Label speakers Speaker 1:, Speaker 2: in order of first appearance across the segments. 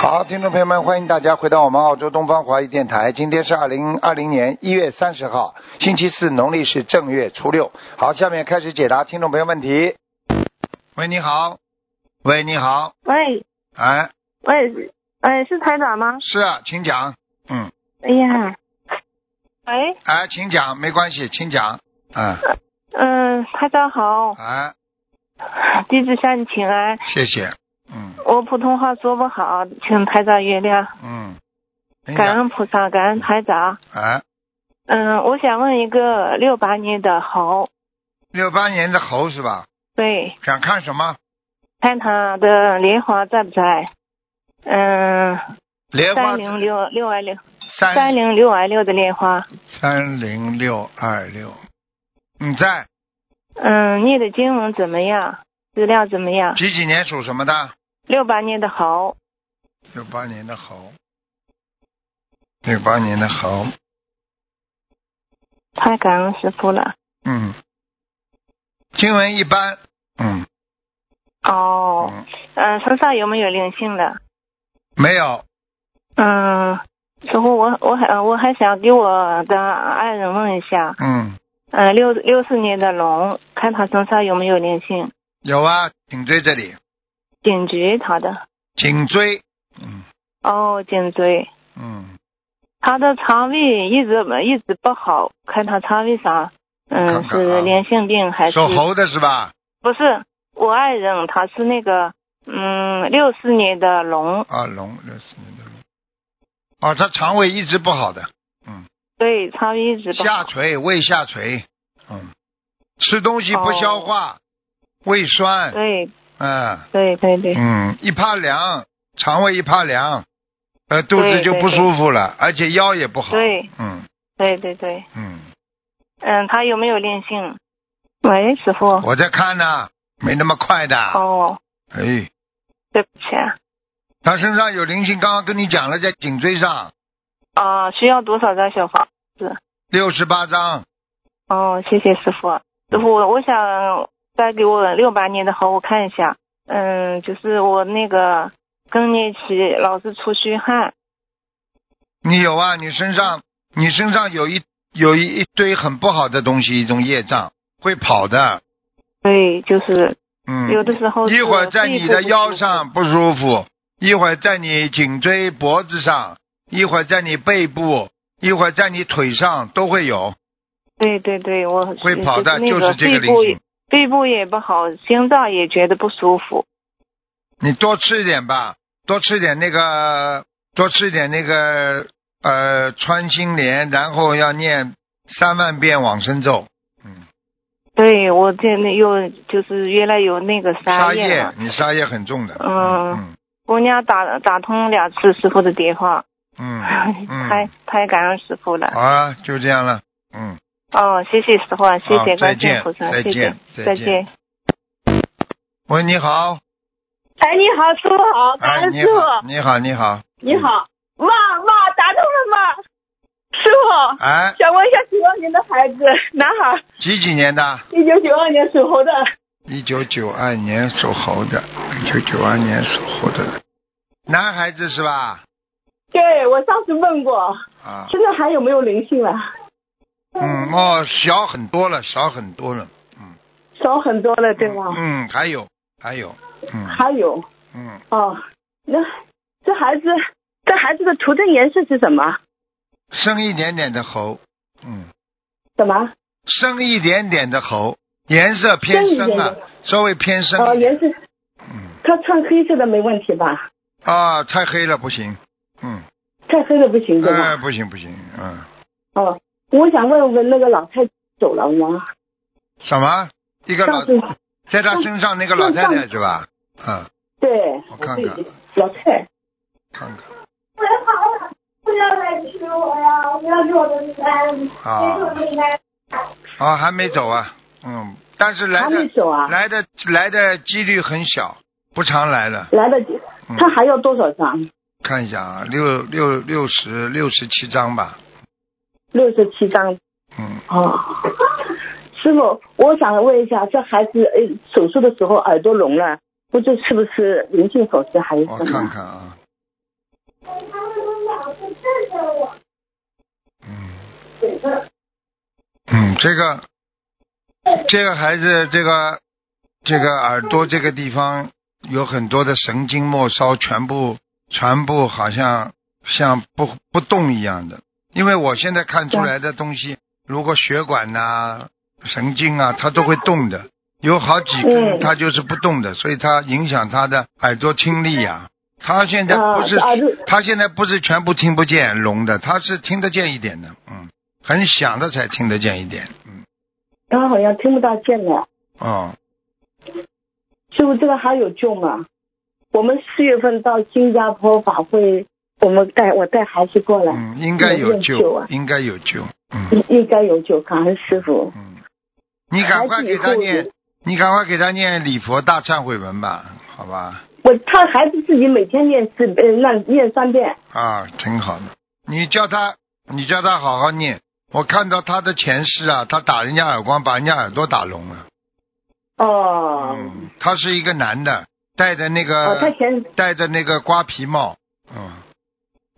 Speaker 1: 好，听众朋友们，欢迎大家回到我们澳洲东方华语电台。今天是二零二零年一月三十号，星期四，农历是正月初六。好，下面开始解答听众朋友问题。喂，你好。喂，你好。
Speaker 2: 喂
Speaker 1: 哎，
Speaker 2: 喂，哎，是台长吗？
Speaker 1: 是啊，请讲。嗯，
Speaker 2: 哎呀，喂，
Speaker 1: 哎，请讲，没关系，请讲。嗯，
Speaker 2: 嗯、台长好，
Speaker 1: 哎，
Speaker 2: 弟子向你请安。
Speaker 1: 谢谢。嗯
Speaker 2: 我普通话说不好，请台长原谅。
Speaker 1: 嗯，等一
Speaker 2: 感
Speaker 1: 下。
Speaker 2: 恩菩萨，感恩台长。
Speaker 1: 哎，
Speaker 2: 嗯，我想问一个六八年的猴，
Speaker 1: 六八年的猴是吧？
Speaker 2: 对，
Speaker 1: 想看什么？
Speaker 2: 看他的莲花在不在？嗯，
Speaker 1: 莲花
Speaker 2: 三零六六二六
Speaker 1: 三
Speaker 2: 三零六二六的莲花。
Speaker 1: 三零六二六，你在
Speaker 2: 嗯，念的经文怎么样？质量怎么样？
Speaker 1: 几几年属什么的？
Speaker 2: 六八年的猴，
Speaker 1: 六八年的猴，六八年的猴，
Speaker 2: 太感恩师傅了。
Speaker 1: 嗯，经文一般，嗯，
Speaker 2: 哦，
Speaker 1: 嗯
Speaker 2: 嗯，身上有没有灵性的？
Speaker 1: 没有，
Speaker 2: 嗯，师傅，我我还我还想给我的爱人问一下，
Speaker 1: 嗯，
Speaker 2: 嗯，六六四年的龙，看他身上有没有灵性，
Speaker 1: 有啊，颈椎这里，
Speaker 2: 颈椎他的，
Speaker 1: 颈椎，嗯
Speaker 2: 哦，颈椎，
Speaker 1: 嗯，
Speaker 2: 他的肠胃一直一直不好，看他肠胃上，嗯，
Speaker 1: 看看啊
Speaker 2: 是良性病还是
Speaker 1: 属猴的是吧？
Speaker 2: 不是？我爱人他是那个，嗯，六四年的龙，
Speaker 1: 啊，龙，六四年的龙，哦，他肠胃一直不好的，
Speaker 2: 对，肠胃一直不
Speaker 1: 下
Speaker 2: 好，
Speaker 1: 垂，胃下垂，嗯，吃东西不消化，
Speaker 2: 哦
Speaker 1: 胃酸，
Speaker 2: 对
Speaker 1: 嗯
Speaker 2: 对对对，
Speaker 1: 嗯，一怕凉，肠胃一怕凉，呃，肚子
Speaker 2: 对
Speaker 1: 就
Speaker 2: 对
Speaker 1: 不
Speaker 2: 对
Speaker 1: 舒服了，而且腰也不好。
Speaker 2: 对
Speaker 1: 嗯
Speaker 2: 对对对，
Speaker 1: 嗯，
Speaker 2: 嗯，他有没有灵性？喂，师傅。
Speaker 1: 我在看呢、没那么快的。
Speaker 2: 哦，
Speaker 1: 哎，
Speaker 2: 对不起啊，
Speaker 1: 他身上有灵性，刚刚跟你讲了，在颈椎上
Speaker 2: 啊需要多少张小房？
Speaker 1: 六十八张，
Speaker 2: 哦，谢谢师傅。师傅，我想再给我六八年的猴，我看一下。嗯，就是我那个更年期老是出虚汗。
Speaker 1: 你有啊？你身上你身上有一有一一堆很不好的东西，一种业障会跑的。
Speaker 2: 对，就是
Speaker 1: 嗯，
Speaker 2: 有的时候是
Speaker 1: 一会儿在你的腰
Speaker 2: 背
Speaker 1: 上不舒服，一会儿在你颈椎、脖子上，一会儿在你背部，一会儿在你腿上都会有，
Speaker 2: 部不舒服。对对对，我
Speaker 1: 会跑的
Speaker 2: 那
Speaker 1: 就是这个
Speaker 2: 背
Speaker 1: 灵
Speaker 2: 部也
Speaker 1: 性。
Speaker 2: 背部也不好，心脏也觉得不舒服。
Speaker 1: 你多吃一点吧，多吃点那个，多吃点那个呃穿心莲，然后要念三万遍往生咒。嗯，
Speaker 2: 对我这那又就是原来有那个
Speaker 1: 沙
Speaker 2: 沙
Speaker 1: 叶，
Speaker 2: 嘛
Speaker 1: 你沙叶很重的。嗯
Speaker 2: 嗯姑娘打打通两次师傅的电话，
Speaker 1: 嗯 嗯
Speaker 2: 太太感恩师傅了。
Speaker 1: 好啊，就这样了。嗯。
Speaker 2: 哦，谢谢师傅啊，谢
Speaker 1: 好
Speaker 2: 谢
Speaker 1: 再
Speaker 2: 观世
Speaker 1: 见
Speaker 2: 音菩萨，
Speaker 1: 再
Speaker 2: 谢谢
Speaker 1: 见，再
Speaker 2: 再
Speaker 1: 见
Speaker 2: 见。
Speaker 1: 喂，你好。
Speaker 3: 哎，你好，师傅好，感
Speaker 1: 哎，
Speaker 3: 恩
Speaker 1: 你
Speaker 3: 师傅，
Speaker 1: 好，嗯你好，你好。
Speaker 3: 你好，妈妈打通了吗？师傅，
Speaker 1: 哎，
Speaker 3: 想问一下九二年的孩子，男孩，
Speaker 1: 几几年的？
Speaker 3: 一九九二年属猴的，
Speaker 1: 一九九二年属猴的，一九九二年属猴的，男孩子是吧？
Speaker 3: 对我上次问过，
Speaker 1: 啊，
Speaker 3: 现在还有没有灵性了？
Speaker 1: 嗯，哦，小很多了，少很多了，嗯，
Speaker 3: 少很多了，对吧？
Speaker 1: 嗯，还有，还有，嗯，
Speaker 3: 还有
Speaker 1: 嗯，
Speaker 3: 哦，那这孩子，这孩子的图腾颜色是什么？
Speaker 1: 生一点点的猴，嗯，
Speaker 3: 什么？
Speaker 1: 生一点点的猴，颜色偏深
Speaker 3: 深一
Speaker 1: 啊
Speaker 3: 点点，
Speaker 1: 稍微偏深
Speaker 3: 哦，
Speaker 1: 一点，
Speaker 3: 颜色，
Speaker 1: 嗯，
Speaker 3: 他穿黑色的没问题吧？
Speaker 1: 啊，太黑了不行，嗯，
Speaker 3: 太黑的不行，对
Speaker 1: 哎，
Speaker 3: 吧？
Speaker 1: 不行不行，嗯，
Speaker 3: 哦，我想问问那个老太走了吗？
Speaker 1: 什么？一个老
Speaker 3: 上次
Speaker 1: 在他身上那个老太太是吧？嗯，
Speaker 3: 对，
Speaker 1: 我看看
Speaker 3: 老太。
Speaker 1: 看看
Speaker 4: 我要跑了，不要来吃我呀！不要给我的单，给我
Speaker 1: 啊
Speaker 4: 的单。
Speaker 1: 啊，还没走啊，嗯，但是来
Speaker 3: 还没
Speaker 1: 的
Speaker 3: 走啊？
Speaker 1: 来的来的几率很小，不常来了。
Speaker 3: 来得及，
Speaker 1: 嗯
Speaker 3: 他还要多少张？
Speaker 1: 看一下啊，六六六十六十七张吧，
Speaker 3: 六十七张
Speaker 1: 嗯，
Speaker 3: 哦。师傅，我想问一下，这孩子呃手术的时候耳朵聋了，不知是不是灵性手术还是
Speaker 1: 我
Speaker 3: 什
Speaker 1: 看
Speaker 3: 么？
Speaker 1: 看啊，
Speaker 4: 老是瞪着我。嗯。
Speaker 1: 嗯，这个这个孩子这个这个耳朵这个地方有很多的神经末梢，全部全部好像像不不动一样的。因为我现在看出来的东西，如果血管呐、神经啊，它都会动的，有好几根
Speaker 3: 嗯
Speaker 1: 它就是不动的，所以它影响他的耳朵听力呀、他现在不是
Speaker 3: 啊耳朵
Speaker 1: 他现在不是全部听不见聋的，他是听得见一点的，嗯，很响的才听得见一点，嗯，
Speaker 3: 他好像听不大见了。
Speaker 1: 哦，
Speaker 3: 师傅，这个还有救吗？我们四月份到新加坡法会，我们带我带孩子过来，
Speaker 1: 嗯，应该有
Speaker 3: 有救
Speaker 1: 救
Speaker 3: 啊，
Speaker 1: 应该有救，嗯
Speaker 3: 应应该有救。感恩师傅，
Speaker 1: 嗯，你赶快给他
Speaker 3: 孩子以后
Speaker 1: 念
Speaker 3: 也，
Speaker 1: 你赶快给他念礼佛大忏悔文吧，好吧，
Speaker 3: 我他孩子自己每天念四呃念念三遍，
Speaker 1: 啊，挺好的。你叫他，你叫他好好念。我看到他的前世啊，他打人家耳光，把人家耳朵打聋了。
Speaker 3: 哦，
Speaker 1: 嗯，呃他是一个男的，戴着那个、
Speaker 3: 哦，他前
Speaker 1: 戴着那个瓜皮帽。嗯，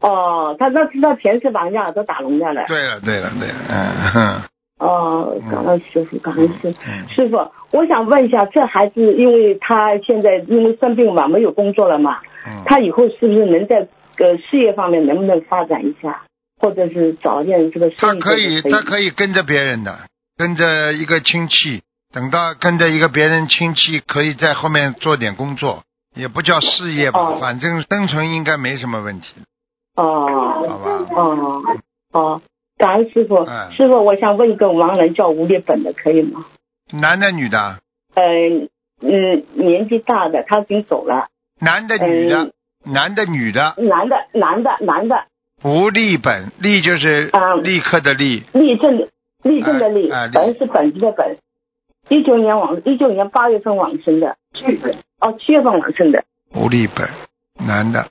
Speaker 3: 哦，他那他前世把人家耳朵打聋掉了。
Speaker 1: 对了，对了，对了，嗯哼，
Speaker 3: 哦，感恩师傅，感恩师傅。
Speaker 1: 嗯
Speaker 3: 师傅，我想问一下，这孩子因为他现在因为生病嘛，没有工作了嘛，
Speaker 1: 嗯。
Speaker 3: 他以后是不是能在呃事业方面能不能发展一下，或者是找一点这个
Speaker 1: 他
Speaker 3: 生意
Speaker 1: 可以，
Speaker 3: 以，
Speaker 1: 他可以跟着别人的，跟着一个亲戚，等到跟着一个别人亲戚，可以在后面做点工作，也不叫事业吧，
Speaker 3: 哦
Speaker 1: 反正生存应该没什么问题，
Speaker 3: 哦
Speaker 1: 好吧？
Speaker 3: 哦哦，感恩师傅，
Speaker 1: 嗯
Speaker 3: 师傅，我想问一个盲人叫吴立本的，可以吗？
Speaker 1: 男的女的啊？
Speaker 3: 呃嗯，年纪大的，他已经走了，
Speaker 1: 男的女
Speaker 3: 嗯
Speaker 1: 的，男的女的，
Speaker 3: 男的男的男的，
Speaker 1: 无利本，利就是
Speaker 3: 啊
Speaker 1: 立刻的利，
Speaker 3: 立正立正的立
Speaker 1: 哎哎立，
Speaker 3: 本是本子的本，一九年往一九年八月份往生的，哦七月份往生的，
Speaker 1: 无利本，男的，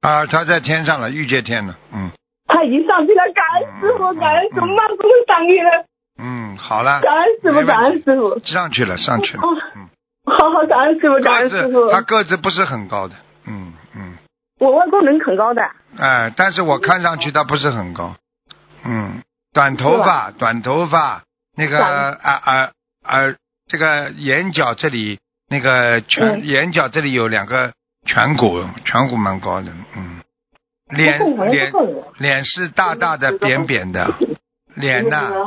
Speaker 1: 啊，他在天上了，御界天了，嗯
Speaker 3: 他已经上去了，感恩师傅，感恩什么慢工上去了，
Speaker 1: 嗯，好了，
Speaker 3: 感恩师
Speaker 1: 没问
Speaker 3: 傅，
Speaker 1: 题
Speaker 3: 感恩师傅，
Speaker 1: 上去了，上去了，
Speaker 3: 哦
Speaker 1: 嗯，
Speaker 3: 好好感恩师傅，感
Speaker 1: 个
Speaker 3: 恩师
Speaker 1: 子
Speaker 3: 傅，
Speaker 1: 他个子不是很高的，嗯嗯，
Speaker 3: 我外公人很高的，
Speaker 1: 哎，但是我看上去他不是很高，嗯，短头发，短头发，那个
Speaker 3: 短
Speaker 1: 耳耳耳，这个眼角这里那个颧、
Speaker 3: 嗯
Speaker 1: 眼角这里有两个颧骨，颧骨蛮高的，嗯，脸
Speaker 3: 我外公
Speaker 1: 脸
Speaker 3: 好像是个
Speaker 1: 脸是大大的扁扁的，脸呐、
Speaker 3: 人，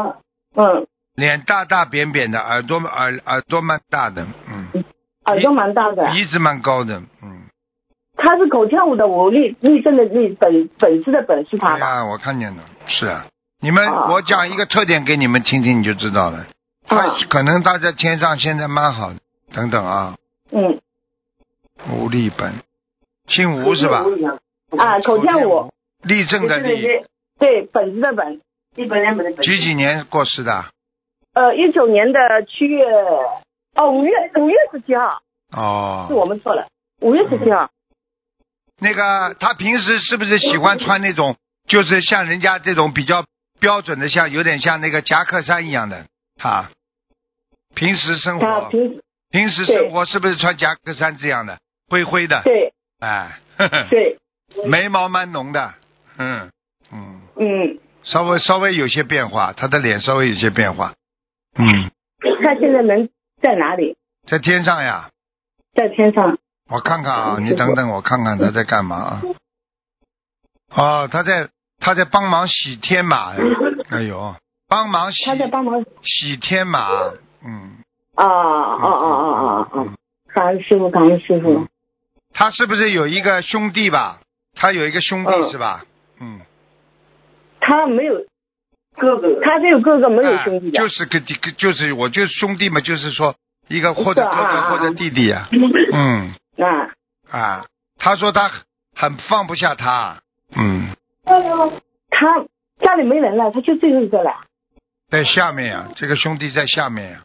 Speaker 3: 嗯，
Speaker 1: 脸大大扁扁的，耳朵耳耳朵蛮大的，嗯，
Speaker 3: 耳朵蛮大的，
Speaker 1: 鼻子蛮高的，嗯，
Speaker 3: 他是狗跳舞的舞，立立正的立，本本事的本是他
Speaker 1: 对
Speaker 3: 吧？
Speaker 1: 哎呀，我看见了，是啊，你们、
Speaker 3: 哦
Speaker 1: 我讲一个特点给你们听听，你就知道了。他
Speaker 3: 啊，
Speaker 1: 可能他在天上现在蛮好的，等等啊，
Speaker 3: 嗯，
Speaker 1: 吴立本，姓吴是吧？
Speaker 3: 啊，口跳舞，
Speaker 1: 立正的
Speaker 3: 对
Speaker 1: 立，
Speaker 3: 对对，本子的本，
Speaker 1: 几几年过世的？
Speaker 3: 呃，一九年的七月，哦，五月五月十七号，是我
Speaker 1: 哦，
Speaker 3: 们错了，五月十七号，
Speaker 1: 那个他平时是不是喜欢穿那种，就是像人家这种比较标准的，像有点像那个夹克衫一样的？他平时生
Speaker 3: 他
Speaker 1: 活，
Speaker 3: 啊平时
Speaker 1: 平时生活是不是穿夹克衫这样的，灰灰的？
Speaker 3: 对
Speaker 1: 哎， 呵呵
Speaker 3: 对，
Speaker 1: 眉毛蛮浓的，嗯嗯，
Speaker 3: 嗯，
Speaker 1: 稍微稍微有些变化，他的脸稍微有些变化，嗯，
Speaker 3: 他现在人在哪里？
Speaker 1: 在天上呀，
Speaker 3: 在天上，
Speaker 1: 我看看啊，
Speaker 3: 嗯
Speaker 1: 你等等我看看他在干嘛啊？哦，他在他在帮忙洗天马呀，哎呦，帮忙洗
Speaker 3: 他在帮忙
Speaker 1: 洗天马，嗯，
Speaker 3: 啊啊啊啊啊啊！感恩师傅，感恩师傅。
Speaker 1: 他是不是有一个兄弟吧？他有一个兄弟
Speaker 3: 嗯
Speaker 1: 是吧？嗯，
Speaker 3: 他没有哥哥，啊他这个哥哥没有兄弟
Speaker 1: 哎
Speaker 3: 的
Speaker 1: 就。是个弟，就是我就是兄弟嘛，就是说一个或者
Speaker 3: 是啊
Speaker 1: 哥哥
Speaker 3: 啊啊
Speaker 1: 或者弟弟呀、嗯。
Speaker 3: 啊，
Speaker 1: 啊，他说他很放不下他，嗯，
Speaker 3: 他家里没人了，他就最后一个了。
Speaker 1: 在下面呀、这个兄弟在下面啊呀、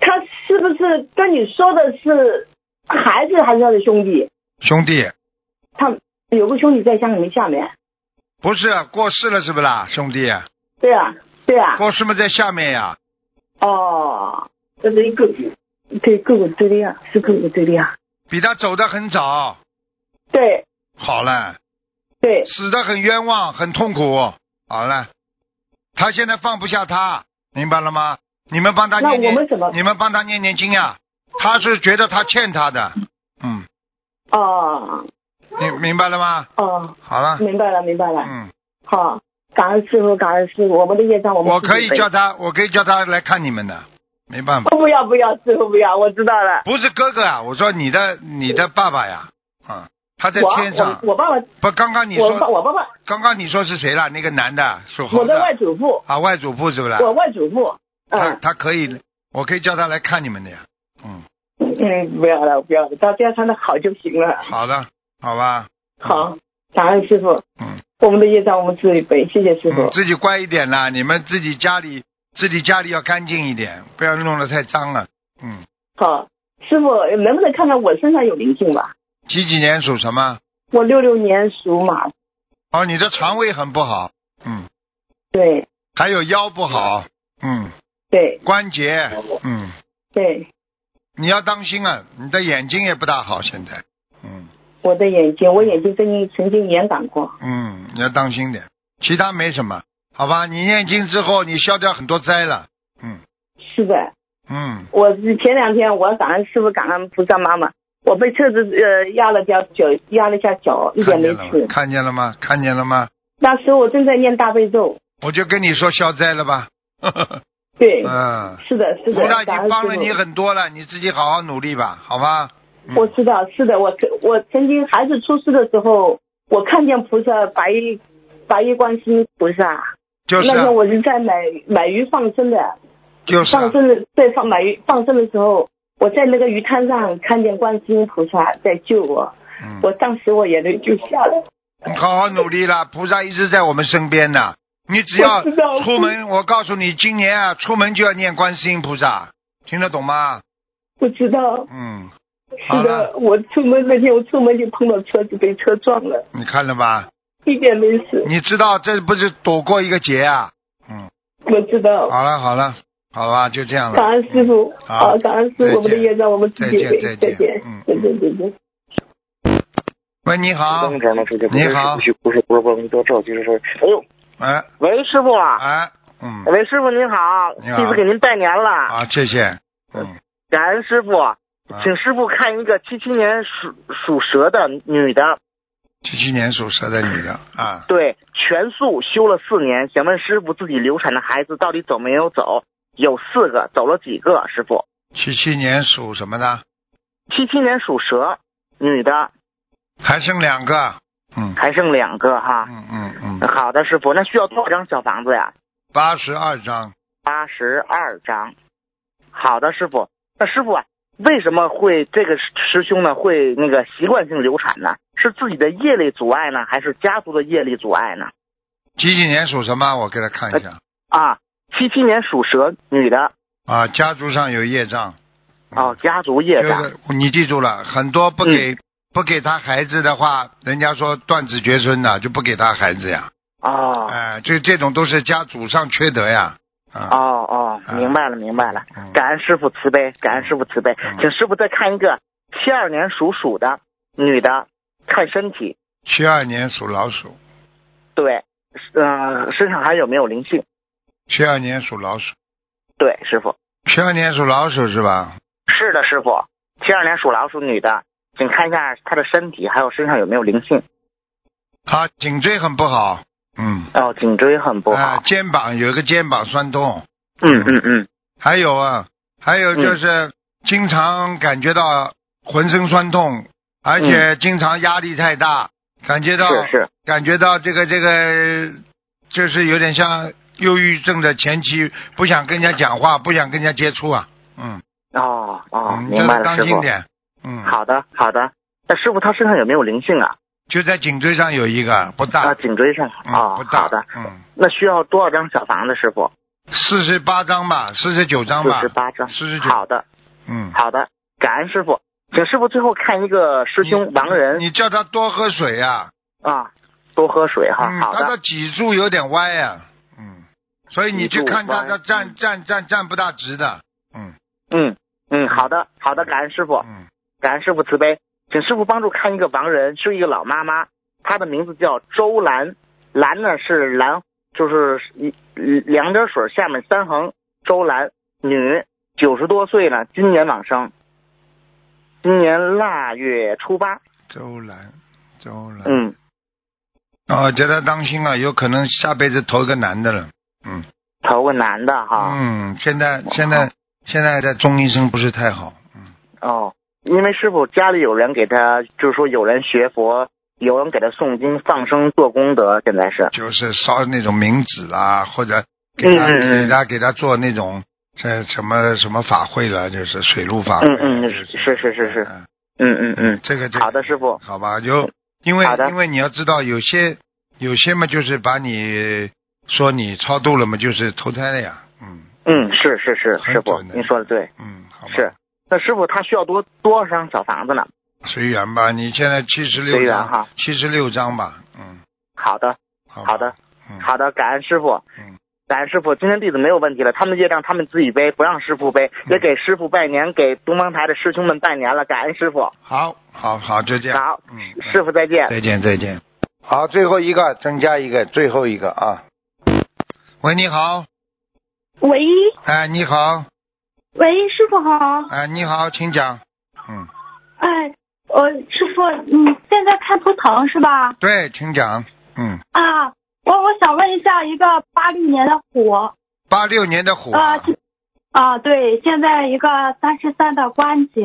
Speaker 3: 他是不是跟你说的是孩子还是他的兄弟？
Speaker 1: 兄弟
Speaker 3: 他有个兄弟在乡里面下面，
Speaker 1: 不是啊过世了是不是啦？兄弟
Speaker 3: 对啊，对啊，
Speaker 1: 过世嘛在下面啊呀、
Speaker 3: 哦，这是一个对哥哥对的呀，是哥哥对的呀，
Speaker 1: 比他走的很早，
Speaker 3: 对，
Speaker 1: 好了，
Speaker 3: 对，
Speaker 1: 死的很冤枉，很痛苦。好了，他现在放不下他，明白了吗？你们帮他
Speaker 3: 那
Speaker 1: 念
Speaker 3: 我们
Speaker 1: 念，
Speaker 3: 怎么？
Speaker 1: 你们帮他念念经呀、他是觉得他欠他的，嗯，
Speaker 3: 哦
Speaker 1: 你明白了吗？
Speaker 3: 哦，
Speaker 1: 好了，
Speaker 3: 明白了明白了。
Speaker 1: 嗯，
Speaker 3: 好，感恩师傅，感恩师傅，我们的业障我们
Speaker 1: 我
Speaker 3: 自己
Speaker 1: 可以
Speaker 3: 背
Speaker 1: 叫他，我可以叫他来看你们的，没办法，
Speaker 3: 哦 不要不要，师傅不要，我知道了。
Speaker 1: 不是哥哥啊，我说你的你的爸爸呀，啊、他在
Speaker 3: 我
Speaker 1: 天上，
Speaker 3: 我我爸爸，
Speaker 1: 不，刚刚你
Speaker 3: 我爸
Speaker 1: 说，
Speaker 3: 我爸爸，
Speaker 1: 刚刚你说是谁了？那个男的属猴
Speaker 3: 我的外祖父，
Speaker 1: 啊，外祖父是不是？
Speaker 3: 我外祖父。
Speaker 1: 他
Speaker 3: 嗯
Speaker 1: 他可以，我可以叫他来看你们的呀。嗯，
Speaker 3: 嗯，不要了不要了，到边上的好就行了。
Speaker 1: 好的，好吧。
Speaker 3: 好，感恩师傅，
Speaker 1: 嗯，
Speaker 3: 我们的业障我们自己背，谢谢师傅
Speaker 1: 嗯，。自己乖一点啦，你们自己家里自己家里要干净一点，不要弄得太脏了。嗯，
Speaker 3: 好，师傅能不能看看我身上有灵性吧？
Speaker 1: 几几年属什么？
Speaker 3: 我六六年属马，
Speaker 1: 哦，你的肠胃很不好，嗯，
Speaker 3: 对
Speaker 1: 还有腰不好，嗯，
Speaker 3: 对
Speaker 1: 关节，嗯，
Speaker 3: 对，
Speaker 1: 你要当心啊，你的眼睛也不大好，现在，嗯
Speaker 3: 我的眼睛，我眼睛曾经曾经严感过。
Speaker 1: 嗯，你要当心点，其他没什么，好吧？你念经之后，你消掉很多灾了，嗯
Speaker 3: 是的，
Speaker 1: 嗯，
Speaker 3: 我是前两天我感恩师傅，感恩菩萨妈妈，我被车子呃压了下脚，压了下脚，一点
Speaker 1: 看
Speaker 3: 没
Speaker 1: 见了吗
Speaker 3: 事？。
Speaker 1: 看见了吗？看见了吗？
Speaker 3: 那时候我正在念大悲咒，
Speaker 1: 我就跟你说消灾了吧，
Speaker 3: 对，
Speaker 1: 嗯。
Speaker 3: 是的，是
Speaker 1: 菩
Speaker 3: 的
Speaker 1: 萨，已
Speaker 3: 感
Speaker 1: 经
Speaker 3: 恩
Speaker 1: 帮了你
Speaker 3: 师
Speaker 1: 很多了，你自己好好努力吧，好吧？嗯
Speaker 3: 傅。我知道，是的，我我曾经孩子出事的时候，我看见菩萨白衣白衣观世音菩萨，
Speaker 1: 就是
Speaker 3: 那
Speaker 1: 啊
Speaker 3: 天我是在买买鱼放生的，
Speaker 1: 就是啊
Speaker 3: 放生的在放买鱼放生的时候，我在那个鱼摊上看见观世音菩萨在救我，
Speaker 1: 嗯，
Speaker 3: 我当时我眼泪就下来了。
Speaker 1: 你好好努力啦，菩萨一直在我们身边呢。你只要
Speaker 3: 我知道
Speaker 1: 出门，我告诉你，今年啊，出门就要念观世音菩萨，听得懂吗？
Speaker 3: 我知道，
Speaker 1: 嗯，好
Speaker 3: 是
Speaker 1: 了
Speaker 3: 的，，我出门那天我出门就碰到车子，被车撞了，
Speaker 1: 你看了吧？
Speaker 3: 一点没事。
Speaker 1: 你知道这不是躲过一个劫啊？嗯，
Speaker 3: 我知道，
Speaker 1: 好了好了，好了吧，就这样了。
Speaker 3: 感恩师傅，
Speaker 1: 好
Speaker 3: 好，感恩师
Speaker 1: 再见
Speaker 3: 傅，我们的业障我们自己背，
Speaker 1: 再见
Speaker 3: 再
Speaker 1: 再见
Speaker 3: 见，
Speaker 1: 嗯
Speaker 3: 再见，再见。
Speaker 1: 喂，你好，
Speaker 5: 正常的时间，不是
Speaker 1: 你好
Speaker 5: 不是不是不是不是不是，就是说，哎呦，
Speaker 1: 哎
Speaker 5: 喂，师傅啊，
Speaker 1: 哎，嗯，
Speaker 5: 喂，师傅您好，
Speaker 1: 你好
Speaker 5: 弟子给您拜年了，
Speaker 1: 好，谢谢，嗯，
Speaker 5: 感恩师傅，
Speaker 1: 啊
Speaker 5: 请师傅看一个七七年属属蛇的女的，
Speaker 1: 七七年属蛇的女的啊，
Speaker 5: 对，全素修了四年，想问师傅自己流产的孩子到底走没有走？有四个，走了几个？师傅，
Speaker 1: 七七年属什么的？
Speaker 5: 七七年属蛇女的，
Speaker 1: 还剩两个，嗯
Speaker 5: 还剩两个哈。
Speaker 1: 嗯嗯嗯，
Speaker 5: 好的，师傅，那需要多少张小房子呀？
Speaker 1: 八十二张。
Speaker 5: 八十二章。好的，师傅。那师傅啊，为什么会这个师兄呢会那个习惯性流产呢？是自己的业力阻碍呢，还是家族的业力阻碍呢？
Speaker 1: 几几年属什么？我给他看一下。
Speaker 5: 啊，七七年属蛇女的
Speaker 1: 啊，家族上有业障。
Speaker 5: 哦，家族
Speaker 1: 就
Speaker 5: 业障
Speaker 1: 是你记住了，很多不
Speaker 5: 嗯
Speaker 1: 给、不给他孩子的话，人家说断子绝孙的，就不给他孩子呀。
Speaker 5: 哦
Speaker 1: 哎、这这种都是家祖上缺德呀。
Speaker 5: 哦
Speaker 1: 啊，
Speaker 5: 哦，
Speaker 1: 啊
Speaker 5: 明白了明白了，
Speaker 1: 嗯
Speaker 5: 感恩师傅慈悲，感恩师傅慈悲
Speaker 1: 嗯，
Speaker 5: 请师傅再看一个七二年属鼠的女的，看身体，
Speaker 1: 七二年属老鼠，
Speaker 5: 对，嗯、身上还有没有灵性？
Speaker 1: 七二年属老鼠，
Speaker 5: 对，师傅。
Speaker 1: 七二年属老鼠是吧？
Speaker 5: 是的，师傅，七二年属老鼠女的，请看一下她的身体，还有身上有没有灵性。
Speaker 1: 啊，颈椎很不好，嗯，
Speaker 5: 哦，颈椎很不好。
Speaker 1: 啊，肩膀有一个肩膀酸痛，
Speaker 5: 嗯嗯嗯，
Speaker 1: 还有啊，还有就是经常感觉到浑身酸痛，而
Speaker 5: 嗯
Speaker 1: 且经常压力太大，感觉到
Speaker 5: 是是。
Speaker 1: 感觉到这个这个就是有点像忧郁症的前期，不想跟人家讲话，不想跟人家接触啊。嗯，
Speaker 5: 哦哦，
Speaker 1: 嗯，
Speaker 5: 明白
Speaker 1: 就是
Speaker 5: 了，
Speaker 1: 当
Speaker 5: 师
Speaker 1: 心
Speaker 5: 傅。
Speaker 1: 点。嗯，，
Speaker 5: 好的好的，那师傅她身上有没有灵性啊？
Speaker 1: 就在颈椎上有一个，不大，
Speaker 5: 啊，颈椎上。
Speaker 1: 嗯，不
Speaker 5: 哦，
Speaker 1: 大，
Speaker 5: 好的。
Speaker 1: 嗯，
Speaker 5: 那需要多少张小房子，师傅？
Speaker 1: 四十八张吧，四十九张
Speaker 5: 四
Speaker 1: 吧
Speaker 5: 十，八张。
Speaker 1: 49
Speaker 5: 好的
Speaker 1: 嗯，
Speaker 5: 好的，感恩师傅，请师傅最后看一个师兄
Speaker 1: 嗯你
Speaker 5: 王仁
Speaker 1: 你叫他多喝水啊，
Speaker 5: 啊，多喝水哈。
Speaker 1: 嗯，
Speaker 5: 好
Speaker 1: 他的
Speaker 5: 的。
Speaker 1: 脊柱有点歪呀、嗯，所以你去看他，
Speaker 5: 脊柱
Speaker 1: 他
Speaker 5: 歪
Speaker 1: 站
Speaker 5: 嗯
Speaker 1: 站站站不大直的，嗯
Speaker 5: 嗯嗯，好的好的，感恩师傅。
Speaker 1: 嗯，
Speaker 5: 感恩师傅慈悲，请师傅帮助看一个亡人，是一个老妈妈，她的名字叫周兰，兰呢是兰，就是一两点水下面三横，周兰，女，九十多岁了，今年往生，今年腊月初八，
Speaker 1: 周兰，周兰，
Speaker 5: 嗯，
Speaker 1: 哦，叫他当心啊，有可能下辈子投一个男的了。嗯
Speaker 5: 头个男的哈，
Speaker 1: 嗯，现在现在现在的中医生不是太好。嗯，
Speaker 5: 哦，因为师傅家里有人给他，就是说有人学佛，有人给他诵经放生做功德，现在是，
Speaker 1: 就是烧那种冥纸啦，或者给他、
Speaker 5: 嗯嗯
Speaker 1: 给
Speaker 5: 嗯
Speaker 1: 他给他做那种这什么什么法会了，就是水陆法会
Speaker 5: 嗯
Speaker 1: 了。
Speaker 5: 嗯，
Speaker 1: 就是
Speaker 5: 是是是是，
Speaker 1: 嗯
Speaker 5: 嗯嗯嗯，
Speaker 1: 这个这个
Speaker 5: 好的，师傅，
Speaker 1: 好吧，有因为
Speaker 5: 好的
Speaker 1: 因为你要知道，有些有些嘛，就是把你说你超度了嘛，就是投胎了呀，嗯
Speaker 5: 嗯，是是是，
Speaker 1: 很
Speaker 5: 师傅，
Speaker 1: 准的
Speaker 5: 您说的对。
Speaker 1: 嗯，好吧，
Speaker 5: 是，那师傅他需要多多少张小房子呢？
Speaker 1: 随缘吧，你现在七十
Speaker 5: 随
Speaker 1: 六
Speaker 5: 缘
Speaker 1: 章，
Speaker 5: 哈。
Speaker 1: 七十六章吧，嗯，
Speaker 5: 好的，
Speaker 1: 好吧
Speaker 5: 好的，
Speaker 1: 嗯，
Speaker 5: 好的，感恩师傅
Speaker 1: 嗯。
Speaker 5: 感恩师傅，今天弟子没有问题了，他们业障他们自己背，不让师傅背，也给师傅拜年，给东方台的师兄们拜年了，感恩师傅。
Speaker 1: 好，好，好，就这样，
Speaker 5: 好，
Speaker 1: 嗯，
Speaker 5: 师傅再见。
Speaker 1: 再见，再见。好，最后一个，增加一个，最后一个啊。喂，你好，
Speaker 4: 喂
Speaker 1: 哎，你好，
Speaker 4: 喂，师傅好，
Speaker 1: 哎，你好，请讲。嗯，
Speaker 4: 哎，呃，师傅，你现在看图腾是吧？
Speaker 1: 对，请讲。嗯，
Speaker 4: 啊，我我想问一下，一个八六年的虎，
Speaker 1: 八六年的虎啊、
Speaker 4: 啊，这啊，对，现在一个三十三的关节，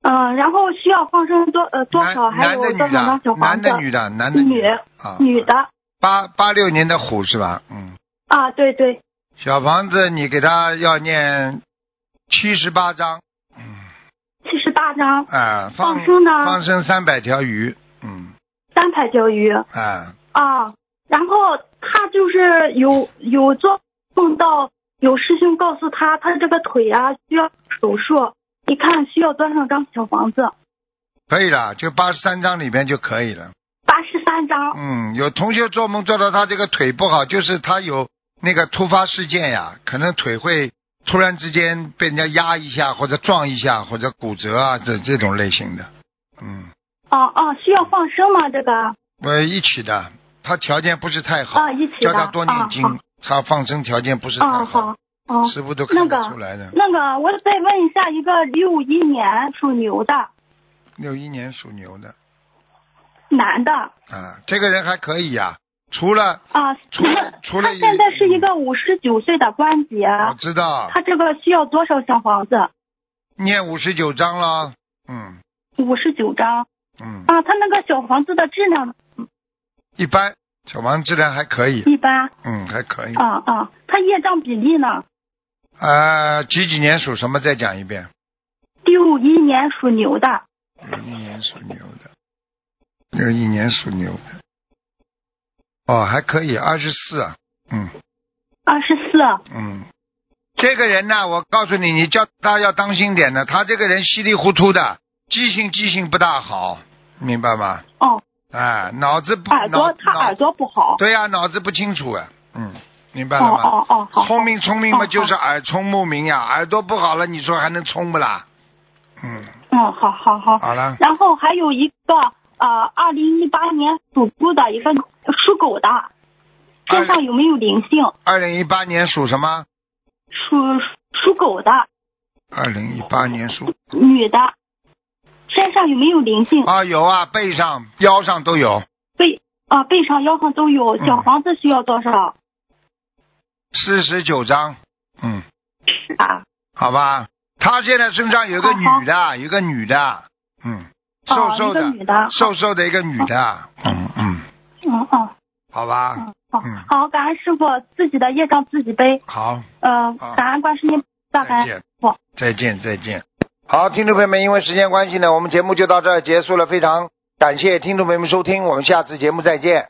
Speaker 4: 嗯，然后需要放生多呃多少，
Speaker 1: 男
Speaker 4: 还
Speaker 1: 男
Speaker 4: 有
Speaker 1: 的
Speaker 4: 多少张
Speaker 1: 女
Speaker 4: 小
Speaker 1: 的，
Speaker 4: 房
Speaker 1: 男
Speaker 4: 子？
Speaker 1: 的女的，男的的啊，
Speaker 4: 女的
Speaker 1: 八八六年的虎是吧？嗯，
Speaker 4: 啊，对对，
Speaker 1: 小房子你给他要念七十八章，
Speaker 4: 七十八张，
Speaker 1: 啊，
Speaker 4: 放生呢
Speaker 1: 放生三百条鱼，嗯，
Speaker 4: 三排条鱼
Speaker 1: 啊，
Speaker 4: 啊，然后他就是有有做梦到有师兄告诉他，他这个腿啊需要手术，你看需要多少张小房子？
Speaker 1: 可以了，就八十三章里边就可以了。
Speaker 4: 八十三张
Speaker 1: 嗯，有同学做梦做到他这个腿不好，就是他有那个突发事件呀，可能腿会突然之间被人家压一下，或者撞一下，或者骨折啊，这这种类型的。嗯，
Speaker 4: 啊啊，需要放生吗？这个
Speaker 1: 我一起的，他条件不是太好，
Speaker 4: 啊一起的
Speaker 1: 叫他多念经，
Speaker 4: 啊
Speaker 1: 他放生条件不是太
Speaker 4: 啊好啊。
Speaker 1: 师傅都看
Speaker 4: 那
Speaker 1: 得
Speaker 4: 个
Speaker 1: 出来的。
Speaker 4: 那个，我再问一下，一个六一年属牛的
Speaker 1: 六一年属牛的
Speaker 4: 男的
Speaker 1: 啊，这个人还可以呀、除了
Speaker 4: 啊，
Speaker 1: 除了除了嗯
Speaker 4: 他现在是一个五十九岁的关节，
Speaker 1: 我知道
Speaker 4: 啊他这个需要多少小房子？
Speaker 1: 念五十九章了，嗯
Speaker 4: 五十九张
Speaker 1: 嗯，
Speaker 4: 啊，他那个小房子的质量
Speaker 1: 一般小王质量还可以。
Speaker 4: 一般
Speaker 1: 嗯，还可以。
Speaker 4: 啊啊，他业障比例呢？
Speaker 1: 呃，几几年属什么？再讲一遍。
Speaker 4: 六一年属牛的
Speaker 1: 六一年属牛的，六一年属牛的。哦，还可以，二十四。嗯
Speaker 4: 二十四
Speaker 1: 嗯，这个人呢，我告诉你，你叫他要当心点的，他这个人稀里糊涂的，记性记性不大好，明白吗？
Speaker 4: 哦，
Speaker 1: 哎，脑子不
Speaker 4: 耳朵
Speaker 1: 脑
Speaker 4: 他
Speaker 1: 脑
Speaker 4: 耳朵啊不好
Speaker 1: 对呀、脑子不清楚啊。嗯，明白
Speaker 4: 哦
Speaker 1: 了吗？
Speaker 4: 哦哦好
Speaker 1: 聪明聪明
Speaker 4: 哦
Speaker 1: 嘛，
Speaker 4: 好
Speaker 1: 就是耳聪目明呀，耳朵不好了，你说还能聪不啦？嗯，
Speaker 4: 嗯好好好
Speaker 1: 好 了，
Speaker 4: 然后还有一个呃，二零一八年属猪的一个属狗的，身上有没有灵性？
Speaker 1: 二零一八年属什么？
Speaker 4: 属属狗的
Speaker 1: 二零一八年属
Speaker 4: 女的，身上有没有灵性？
Speaker 1: 啊，有啊，背上、腰上都有，
Speaker 4: 背啊、背上、腰上都有。
Speaker 1: 嗯
Speaker 4: 小房子需要多少、
Speaker 1: 四十九张。嗯，
Speaker 4: 啊？
Speaker 1: 好吧，他现在身上有一个
Speaker 4: 好好
Speaker 1: 女的，有一个女的，嗯，瘦
Speaker 4: 啊，
Speaker 1: 瘦
Speaker 4: 一个
Speaker 1: 的，
Speaker 4: 女的。
Speaker 1: 瘦瘦的一个女的，嗯嗯，
Speaker 4: 嗯嗯
Speaker 1: 好吧，
Speaker 4: 嗯，好
Speaker 1: 嗯，
Speaker 4: 好，感恩师傅，自己的业障自己背。
Speaker 1: 好，
Speaker 4: 呃
Speaker 1: 啊，
Speaker 4: 感恩观世音大
Speaker 1: 再
Speaker 4: 感
Speaker 1: 见
Speaker 4: 恩我。
Speaker 1: 再见，再见。好，听众朋友们，因为时间关系呢，我们节目就到这儿结束了。非常感谢听众朋友们收听，我们下次节目再见。